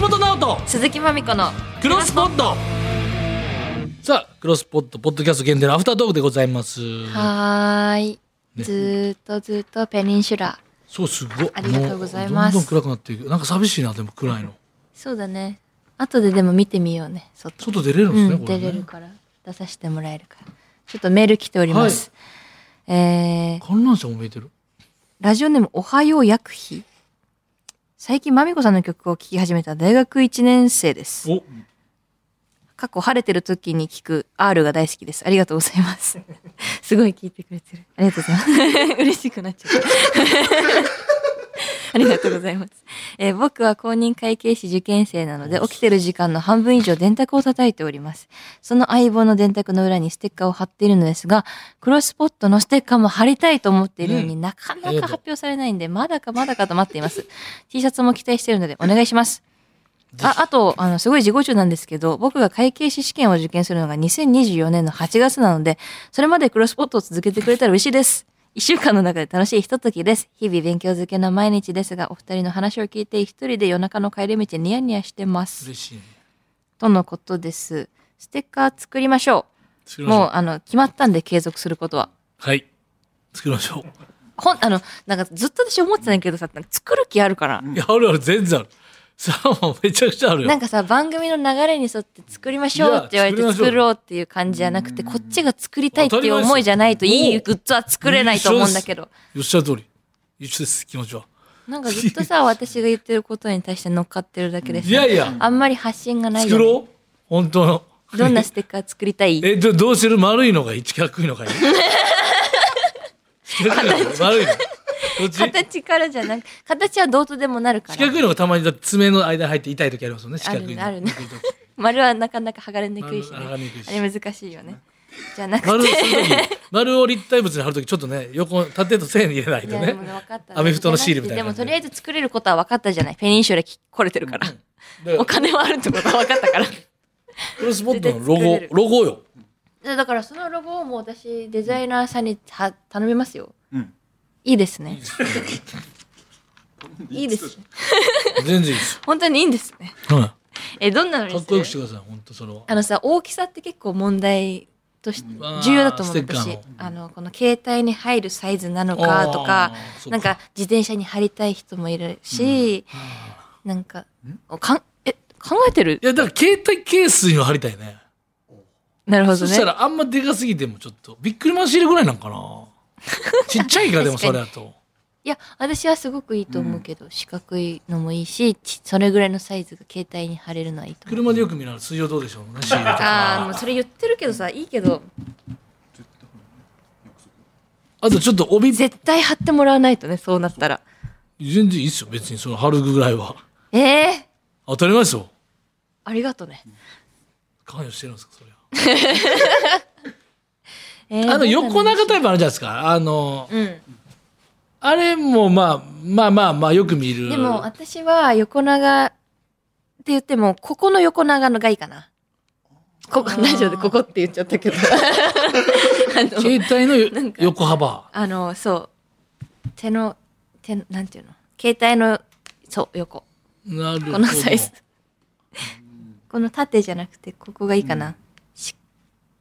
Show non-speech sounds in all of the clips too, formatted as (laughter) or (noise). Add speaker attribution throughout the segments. Speaker 1: 橋本直人
Speaker 2: 鈴木まみこの
Speaker 1: クロスポットさあクロスポットポッドキャスト限定のアフタートークでございます
Speaker 2: はーい、
Speaker 1: ね
Speaker 2: ずーっとずーっとペニンシュラ
Speaker 1: そうすごい
Speaker 2: ありがとうございます
Speaker 1: もうどんどん暗くなっていくなんか寂しいなでも暗いの
Speaker 2: そうだね後ででも見てみようね外
Speaker 1: 外出れるんで
Speaker 2: う
Speaker 1: すね、
Speaker 2: ん、
Speaker 1: これ
Speaker 2: 出
Speaker 1: ね
Speaker 2: れるから出させてもらえるからちょっとメール来ております、えー、
Speaker 1: 観覧車も見えてる
Speaker 2: ラジオネームおはよう薬費最近まみこさんの曲を聴き始めた大学1年生です
Speaker 1: お
Speaker 2: 過去晴れてる時に聞く R が大好きですありがとうございます (laughs) すごい聞いてくれてるありがとうございます (laughs) 嬉しくなっちゃったありがとうございます、えー僕は公認会計士受験生なので起きてる時間の半分以上電卓を叩いておりますその相棒の電卓の裏にステッカーを貼っているのですがクロスポットのステッカーも貼りたいと思っているのに、
Speaker 1: う
Speaker 2: なかな
Speaker 1: ありがとう
Speaker 2: か発表されないんでまだかまだかと待っています T シャツも期待しているのでお願いしますああとあのすごい自己中なんですけど僕が会計士試験を受験するのが2024年の8月なのでそれまでクロスポットを続けてくれたら嬉しいです一週間の中で楽しいひとときです日々勉強づけの毎日ですがお二人の話を聞いて一人で夜中の帰り道ニヤニヤしてます
Speaker 1: 嬉しいね
Speaker 2: とのことですステッカー作りましょ
Speaker 1: 作
Speaker 2: う
Speaker 1: りましょ
Speaker 2: もう
Speaker 1: う
Speaker 2: あの決まったんで継続することは
Speaker 1: はい作りましょう
Speaker 2: ほんあのなんかずっと私思ってたんだけどさ作る気あるから
Speaker 1: いやあるある全然あるさあもうめちゃくちゃあるよ
Speaker 2: なんかさ番組の流れに沿って作りましょうって言われ
Speaker 1: い
Speaker 2: て
Speaker 1: や作りましょう
Speaker 2: 作ろうっていう感じじゃなくてこっちが作りたいっていう思いじゃない
Speaker 1: 当た
Speaker 2: と
Speaker 1: り前
Speaker 2: い
Speaker 1: です
Speaker 2: い
Speaker 1: よ
Speaker 2: グッズは作れないと思うんだけど
Speaker 1: おっしゃる通り一緒です気持ちは
Speaker 2: なんかずっとさ私が言ってることに対して乗っかってるだけでさ
Speaker 1: いやいや
Speaker 2: あんまり発信がない
Speaker 1: 作
Speaker 2: よ、ね、
Speaker 1: ろう本当の
Speaker 2: どんなステッカー作りた
Speaker 1: (laughs)
Speaker 2: い
Speaker 1: えどどうする丸いのがいい四角いのがい
Speaker 2: (laughs)
Speaker 1: い四角いのがいい丸いのどっち
Speaker 2: 形からじゃなく形はどうとでもなるか
Speaker 1: 四
Speaker 2: ら
Speaker 1: 角いのがたまにだって爪の間に入って痛い時ありますよね四角いの
Speaker 2: あるねあるね
Speaker 1: 痛い時
Speaker 2: 丸はなかなか剥がれにくいしね
Speaker 1: 丸剥がれにくいし
Speaker 2: あれ難しいよねじゃなく
Speaker 1: 丸をす
Speaker 2: て
Speaker 1: る時丸を立体物に貼る時ちょっとね横縦と線に入れないと
Speaker 2: (laughs) いやでも分
Speaker 1: ね
Speaker 2: かった
Speaker 1: アメフトのシールみたいな感
Speaker 2: でも
Speaker 1: じで
Speaker 2: とりあえず作れることは分かったじゃないペニンシュラき来れてるから、
Speaker 1: だ (laughs)
Speaker 2: お
Speaker 1: から
Speaker 2: 金はあるってことは分かったから
Speaker 1: クロスポットのロ
Speaker 2: 絶対作れ
Speaker 1: ゴ
Speaker 2: る
Speaker 1: ロゴよ
Speaker 2: (laughs) だからそのロゴをもう私デザイナーさんには頼みますよ
Speaker 3: うん
Speaker 2: いいですねいいです
Speaker 1: 全然いいです
Speaker 2: 本当にいいんですね
Speaker 1: よ、はい
Speaker 2: えどんなのにす
Speaker 1: か
Speaker 2: る
Speaker 1: っこよくしてください本当それは
Speaker 2: あのさ大きさって結構問題として
Speaker 1: ん
Speaker 2: 重要だと思う
Speaker 1: あーステッカー
Speaker 2: 私
Speaker 1: の
Speaker 2: あのこの携帯に入るサイズなのかとか
Speaker 1: あーそっか
Speaker 2: なんか自転車に貼りたい人もいるし、なんかおかんえ考えてる
Speaker 1: いやだから携帯ケースには貼りたいね
Speaker 2: なるほど
Speaker 1: そ
Speaker 2: ね
Speaker 1: したらあんまでかすぎてもちょっとびっくりマンシールぐらいなんかなちっちゃいかでもそれだと
Speaker 2: いや私はすごくいいと思うけど、四角いのもいいしちそれぐらいのサイズが携帯に貼れるのはいいと思う
Speaker 1: 車でよく見られる水曜どうでしょうねシールと
Speaker 2: ああもう
Speaker 1: か
Speaker 2: それ言ってるけどさいいけど
Speaker 1: あとちょっと帯全
Speaker 2: 絶対貼ってもらわないとねそうなったら
Speaker 1: 然いいっすよ別にその貼るぐらいは
Speaker 2: ええ
Speaker 1: 当たり前ですよ
Speaker 2: ありがとね、
Speaker 1: 関与してるんですかそれは
Speaker 2: えー
Speaker 1: あの横
Speaker 2: どうなの
Speaker 1: 長タイプあるじゃないですかあの
Speaker 2: うん
Speaker 1: あれもまあまあまあまあよく見る
Speaker 2: でも私は横長って言ってもここの横長のがいいかなここ大丈夫ここって言っちゃった (laughs) けどあの
Speaker 1: 携帯のよ
Speaker 2: なんか
Speaker 1: 横幅
Speaker 2: あのそう手の手のなんていうの携帯のそう横
Speaker 1: なるほど
Speaker 2: このサイズこの縦じゃなくてここがいいかな、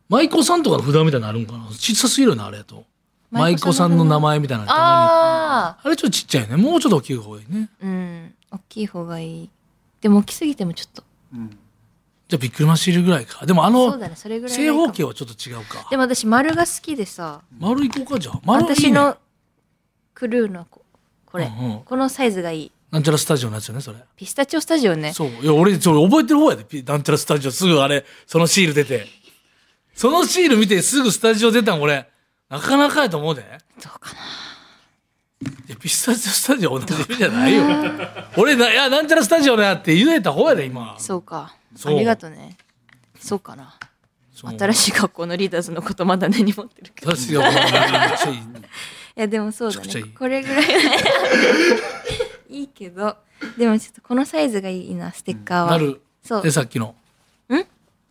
Speaker 1: 舞妓さんとかの札みたいなのあるんかな小さすぎるなあれだと舞妓さんの名前みたいなのたまに
Speaker 2: ああ
Speaker 1: あれちょっとちっちゃいね。もうちょっと大きい方がいいね。
Speaker 2: うん大きい方がいいでも大きすぎてもちょっと
Speaker 1: じゃあびっくりマンシールぐらいか。でもあ
Speaker 2: そう
Speaker 1: の、
Speaker 2: だねそれぐらいがいい
Speaker 1: 正
Speaker 2: かも
Speaker 1: 方形はちょっと違うか。
Speaker 2: でも私丸が好きでさ
Speaker 1: 丸いこうかじゃあ。丸いい、ね、
Speaker 2: 私のクルーのここれ、
Speaker 1: うんうん
Speaker 2: このサイズがいい
Speaker 1: なんちゃらスタジオのやつよね、それ。
Speaker 2: ピスタチオスタジオね
Speaker 1: そう。いや、俺、それ覚えてる方やで。ピなんちゃらスタジオ、すぐあれ、そのシール出て。そのシール見てすぐスタジオ出たん俺、なかなかやと思うで。
Speaker 2: どうかない
Speaker 1: や、ピスタチオスタジオ同じじゃないよ。
Speaker 2: (laughs)
Speaker 1: 俺な、いや、なんちゃらスタジオねって言えた方やで、今。
Speaker 2: そうか
Speaker 1: そう
Speaker 2: ありがとねそうかな
Speaker 1: そう
Speaker 2: 新しい学校のリーダーズのことまだ根に持ってるけどい
Speaker 1: 確かにめっちゃいい。
Speaker 2: やでもそうだ
Speaker 1: めちゃくちゃ
Speaker 2: ね
Speaker 1: いい
Speaker 2: これぐらいいいけどでもちょっとこのサイズがいいなステッカーは
Speaker 1: 丸。
Speaker 2: (laughs) そう
Speaker 1: で、さっきの。
Speaker 2: ん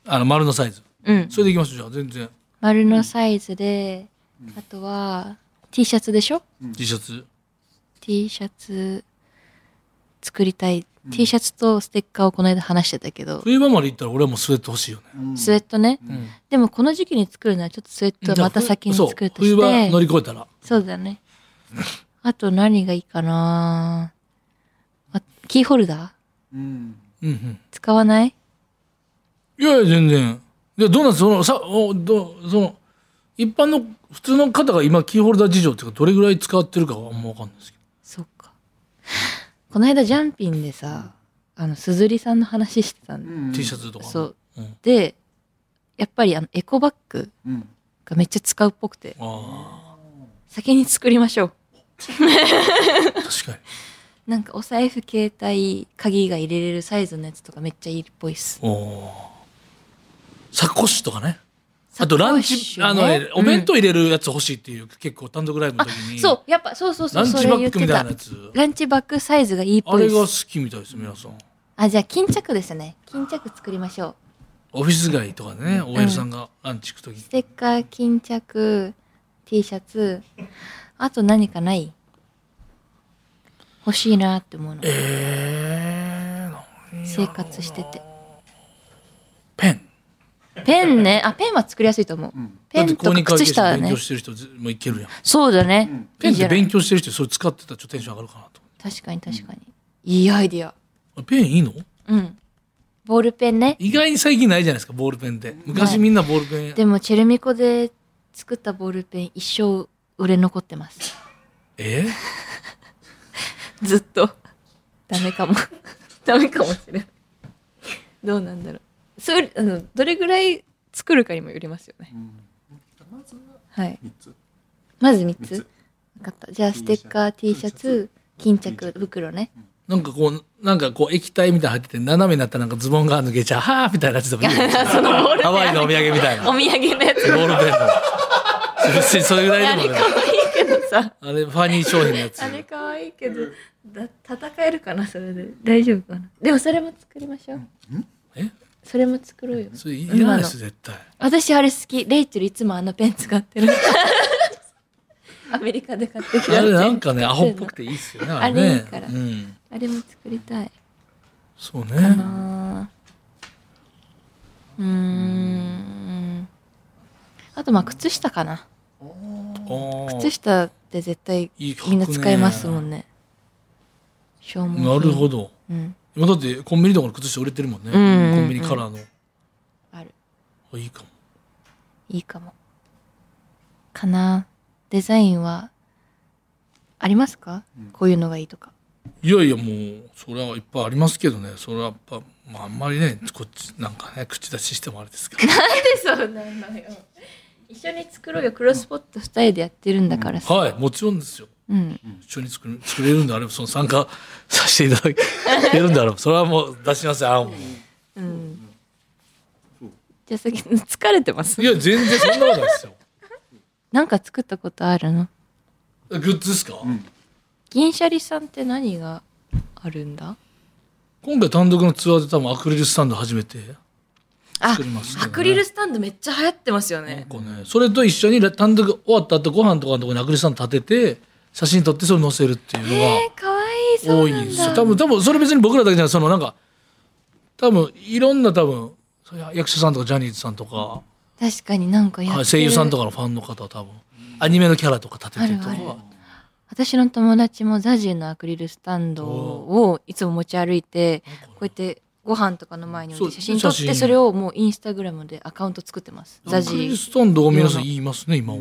Speaker 1: あの、丸のサイズ。
Speaker 2: うん
Speaker 1: それでいきましょう、じゃあ、全然。
Speaker 2: 丸のサイズで、あとは T シャツでしょ
Speaker 1: T シャツ。
Speaker 2: T シャツ作りたい T シャツとステッカーをこの間話してたけど、
Speaker 1: 冬場まで行ったら俺はもうスウェット欲しいよね。
Speaker 3: うん
Speaker 2: スウェットね、
Speaker 1: うん
Speaker 2: でもこの時期に作るのはちょっとスウェットはまた先に作る
Speaker 1: そ
Speaker 2: と
Speaker 1: う
Speaker 2: し
Speaker 1: 冬場
Speaker 2: て
Speaker 1: 乗り越えたら。
Speaker 2: そうだねあと何がいいかなあキーホルダー
Speaker 3: うん
Speaker 1: うんうん。
Speaker 2: 使わない
Speaker 1: いやいや、全然。で、どうなんその、さ、お、ど、その、一般の、普通の方が今、キーホルダー事情っていうか、どれぐらい使ってるかはあんまわかんないですけ
Speaker 2: そうかこの間ジャンピンでさあのすずりさんの話してたん
Speaker 3: う
Speaker 2: だ、
Speaker 3: ん
Speaker 1: ど、T シャツとか。
Speaker 2: そう。
Speaker 1: うん。
Speaker 2: でやっぱりあのエコバッグ
Speaker 3: うん
Speaker 2: がめっちゃ使うっぽくて
Speaker 1: あ
Speaker 2: 先に作りましょう
Speaker 1: あ、確かに。
Speaker 2: なんかお財布携帯鍵が入れれるサイズのやつとかめっちゃいいっぽいっす
Speaker 1: おお。サコッシュとかね。あと、ランチ、
Speaker 2: サ
Speaker 1: あ
Speaker 2: コ
Speaker 1: の
Speaker 2: ッシュね
Speaker 1: ね、お弁当入れるやつ欲しいっていう、結構単独ライブの時
Speaker 2: うん
Speaker 1: に。
Speaker 2: そう。やっぱそうそうそ
Speaker 1: ラ
Speaker 2: う
Speaker 1: ン
Speaker 2: そ
Speaker 1: チ
Speaker 2: れ
Speaker 1: バ
Speaker 2: 言っ
Speaker 1: ッグ
Speaker 2: て
Speaker 1: みたい
Speaker 2: た
Speaker 1: なやつ。
Speaker 2: ランチバッグサイズがいいっ
Speaker 1: あ
Speaker 2: ぽい
Speaker 1: れ
Speaker 2: っ
Speaker 1: が好
Speaker 2: す
Speaker 1: きみたいです、皆さん。
Speaker 2: あじゃあ巾着ですね巾着作りましょう
Speaker 1: オフィス街とかでね、OL さんがランチ行く時
Speaker 2: ステッカー巾着 T シャツあと何かない欲しいなって思うの
Speaker 1: えー、何やろ
Speaker 2: 生
Speaker 1: う
Speaker 2: 活してて
Speaker 1: ペン。
Speaker 2: ペンねあペンは作りやすいと思う、
Speaker 3: うん
Speaker 2: ペンとか靴下は
Speaker 1: 勉
Speaker 2: ね
Speaker 1: 強してる人もいけるやん。
Speaker 2: そうだね、
Speaker 3: うん
Speaker 1: ペ
Speaker 2: い
Speaker 1: ン
Speaker 2: い
Speaker 1: っ
Speaker 2: じ
Speaker 1: て
Speaker 2: ゃない
Speaker 1: 勉強してる人それ使ってたらちょっとテンション上がるかなと
Speaker 2: 確かに確かに、いいアイディア
Speaker 1: 思う。ペンいいの
Speaker 2: うんボールペンね
Speaker 1: 意外に最近ないじゃないですか、ボールペンって。昔みんなボールペン。
Speaker 2: でもチェルミコで作ったボールペン一生売れ残ってます
Speaker 1: え
Speaker 2: ずっとダメかも (laughs) ダメかもしれないどうなんだろうそれあのどれぐらい作るかにもよりますよね
Speaker 3: うんまずは
Speaker 2: はい
Speaker 3: 三つ
Speaker 2: まず3
Speaker 3: 三
Speaker 2: つ
Speaker 3: つ
Speaker 2: 分かったじゃあステッカー T
Speaker 3: T
Speaker 2: シ
Speaker 3: シ
Speaker 2: ャ
Speaker 3: ャツ
Speaker 2: ツ巾着袋ね
Speaker 1: なんかこう、なんかこう液体みたいなの入ってて、斜めになったらなんかズボンが抜けちゃう、はーみたいなやつでもいいよハワイのお土産みたいな。
Speaker 2: お
Speaker 1: ボ
Speaker 2: 土産のやつ
Speaker 1: ールペンの。別にそれぐら
Speaker 2: あ
Speaker 1: いで
Speaker 2: れ
Speaker 1: も
Speaker 2: か
Speaker 1: ね
Speaker 2: わいいけどさ
Speaker 1: あれ、ファニー商品のやつ
Speaker 2: あ。れかわいいけどだ戦えるかなそれで大丈夫かなでもそれも作りましょう
Speaker 1: え
Speaker 2: それも作ろうよ
Speaker 1: それいらないです、絶対。
Speaker 2: 私あれ好きレイチェルいつもあのペン使ってるアメリカで買ってきた
Speaker 1: あれなんかね、アホっぽくていいっすよね、あれ
Speaker 2: あれいい
Speaker 1: ね。
Speaker 2: から
Speaker 1: うん。
Speaker 2: あれも作りたい
Speaker 1: そうね。
Speaker 2: なうーんあとまあ靴下かな
Speaker 1: おー
Speaker 2: 靴下って絶対
Speaker 1: いい格好
Speaker 2: み
Speaker 1: ね
Speaker 2: んな使いますもんね消耗品
Speaker 1: なるほど。
Speaker 2: うん
Speaker 1: 今だってコンビニとかの靴下売れてるもんね。
Speaker 2: うんうんうん
Speaker 1: コンビニカラーの。
Speaker 2: ある
Speaker 1: あいいかも。
Speaker 2: いいかもかなデザインはありますか、こういうのがいいとか
Speaker 1: いやいやもう、それはいっぱいありますけどね。それはやっぱ、まああんまりね、こっち、なんかね、口出ししてもあれですから。
Speaker 2: (laughs) そうなのよ一緒に作ろうよクロスポット二人でやってるんだから (laughs) さ
Speaker 1: はい、もちろんですよ。
Speaker 2: うん、
Speaker 1: 一緒に作る作れるんであれば、その参加させていただけるんであれば、それはもう出しますよ、あもう。
Speaker 2: うん、じゃあ先に疲れてます
Speaker 1: いや、全然そんなことないですよ。
Speaker 2: なんか作ったことあるの
Speaker 1: グッズですか、
Speaker 2: 銀シャリさんって何があるんだ
Speaker 1: 今回単独のツアーで多分アクリルスタンド初めて。
Speaker 2: あ
Speaker 1: 作りますけど
Speaker 2: ア
Speaker 1: ね
Speaker 2: クリルスタンドめっちゃ流行ってますよね
Speaker 1: こうね、それと一緒に単独終わった後ご飯とかのところにアクリルスタンド立てて写真撮ってそれ載せるっていうの
Speaker 2: えー、かわいい
Speaker 1: が
Speaker 2: そ
Speaker 1: 多
Speaker 2: う
Speaker 1: い
Speaker 2: なんん
Speaker 1: ですよ
Speaker 2: だ
Speaker 1: 多分多分それ別に僕らだけじゃないそのなんか多分いろんな多分そういう役者さんとかジャニーズさんとか、
Speaker 2: 確かになんかやって
Speaker 1: は
Speaker 2: る
Speaker 1: い声優さんとかのファンの方は多分アニメのキャラとか立ててるとか
Speaker 2: あるあ私の友達もザジーのアクリルスタンドをいつも持ち歩いてこうやってご飯とかの前に置いて
Speaker 1: そう
Speaker 2: 写真撮っ
Speaker 1: 写
Speaker 2: て
Speaker 1: 真
Speaker 2: それをもうインスタグラムでアカウント作ってますザ
Speaker 1: ア
Speaker 2: ジ
Speaker 1: クリル
Speaker 2: ー
Speaker 1: スタンドを皆さん言いますね今は、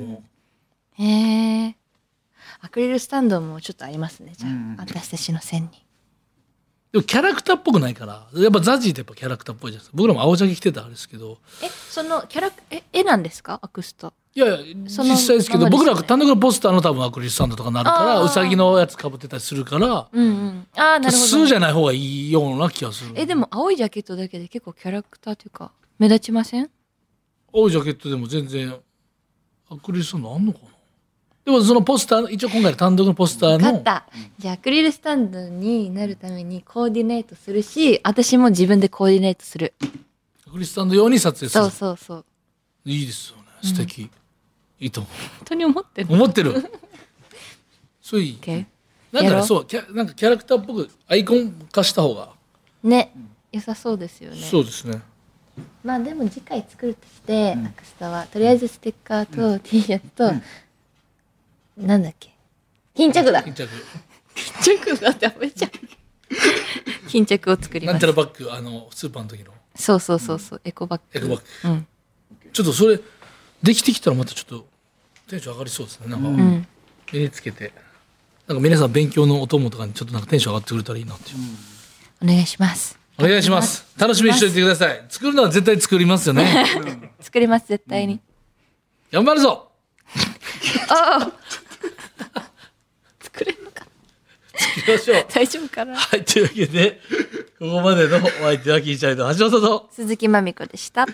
Speaker 2: へえアクリルスタンドもちょっとありますねじゃあ、
Speaker 3: うん
Speaker 2: 私たちの線に
Speaker 1: でもキャラクターっぽくないからやっぱザジーってやっぱキャラクターっぽいじゃないですか僕らも青ジャケ着てたあれですけど
Speaker 2: えそのキャラクえ絵なんですかアクスタ
Speaker 1: いやいや
Speaker 2: その
Speaker 1: 実際ですけど
Speaker 2: ままです
Speaker 1: 僕
Speaker 2: よね
Speaker 1: ら単独のポスターの多分アクリルスタンドとかになるか
Speaker 2: あ
Speaker 1: ら
Speaker 2: ー
Speaker 1: うさぎのやつかぶってたりするから
Speaker 2: うんうんああなるほ
Speaker 1: 数
Speaker 2: ど
Speaker 1: じゃない方がいいような気がする
Speaker 2: えでも青いジャケットだけで結構キャラクターというか目立ちません
Speaker 1: 青いジャケットでも全然アクリルスタンドあんのかなでもそのポスター一応今回の単独のポスター
Speaker 2: 勝
Speaker 1: の
Speaker 2: ったじゃあアクリルスタンドになるためにコーディネートするし私も自分でコーディネートする
Speaker 1: アクリルスタンド用に撮影す
Speaker 2: そ
Speaker 1: る
Speaker 2: うそうそう
Speaker 1: いいですよね素敵、いいと思
Speaker 2: 本当に思ってる
Speaker 1: う思ってるそういい
Speaker 2: OK
Speaker 1: なん
Speaker 2: や
Speaker 1: か
Speaker 2: ろ
Speaker 1: ね
Speaker 2: う
Speaker 1: そうキャなんかキャラクターっぽくアイコン化した方が、
Speaker 2: ね良さそうですよね
Speaker 1: そうですね
Speaker 2: まあでも次回作るとして、アクスタはとりあえずステッカーと T シャツと、なんだっけ巾着だ
Speaker 1: 巾着
Speaker 2: 巾着だダメじゃん (laughs) 巾着を作り
Speaker 1: な
Speaker 2: ま
Speaker 1: んちゃ
Speaker 2: す
Speaker 1: らバッグあのスーパーの時の
Speaker 2: そうそうそうそうエコバッグ
Speaker 1: エコバッグ
Speaker 2: うん、
Speaker 1: ちょっとそれできてきたらまたちょっとテンション上がりそうですねなんか、
Speaker 2: うん、
Speaker 1: 身につけてなんか皆さん勉強のお供とかにちょっとなんかテンション上がってくれたらいいなっていう、
Speaker 2: お願いします
Speaker 1: お願いします楽しみにしておいてください作るのは絶対作りますよね
Speaker 2: 作ります絶対に、
Speaker 1: 頑張るぞ
Speaker 2: (laughs) ああ作れる
Speaker 1: (laughs)
Speaker 2: のか
Speaker 1: 行きましょう
Speaker 2: 大丈夫かな
Speaker 1: はいというわけでここまでのお相手はキーチャイの橋本と
Speaker 2: 鈴木まみこでした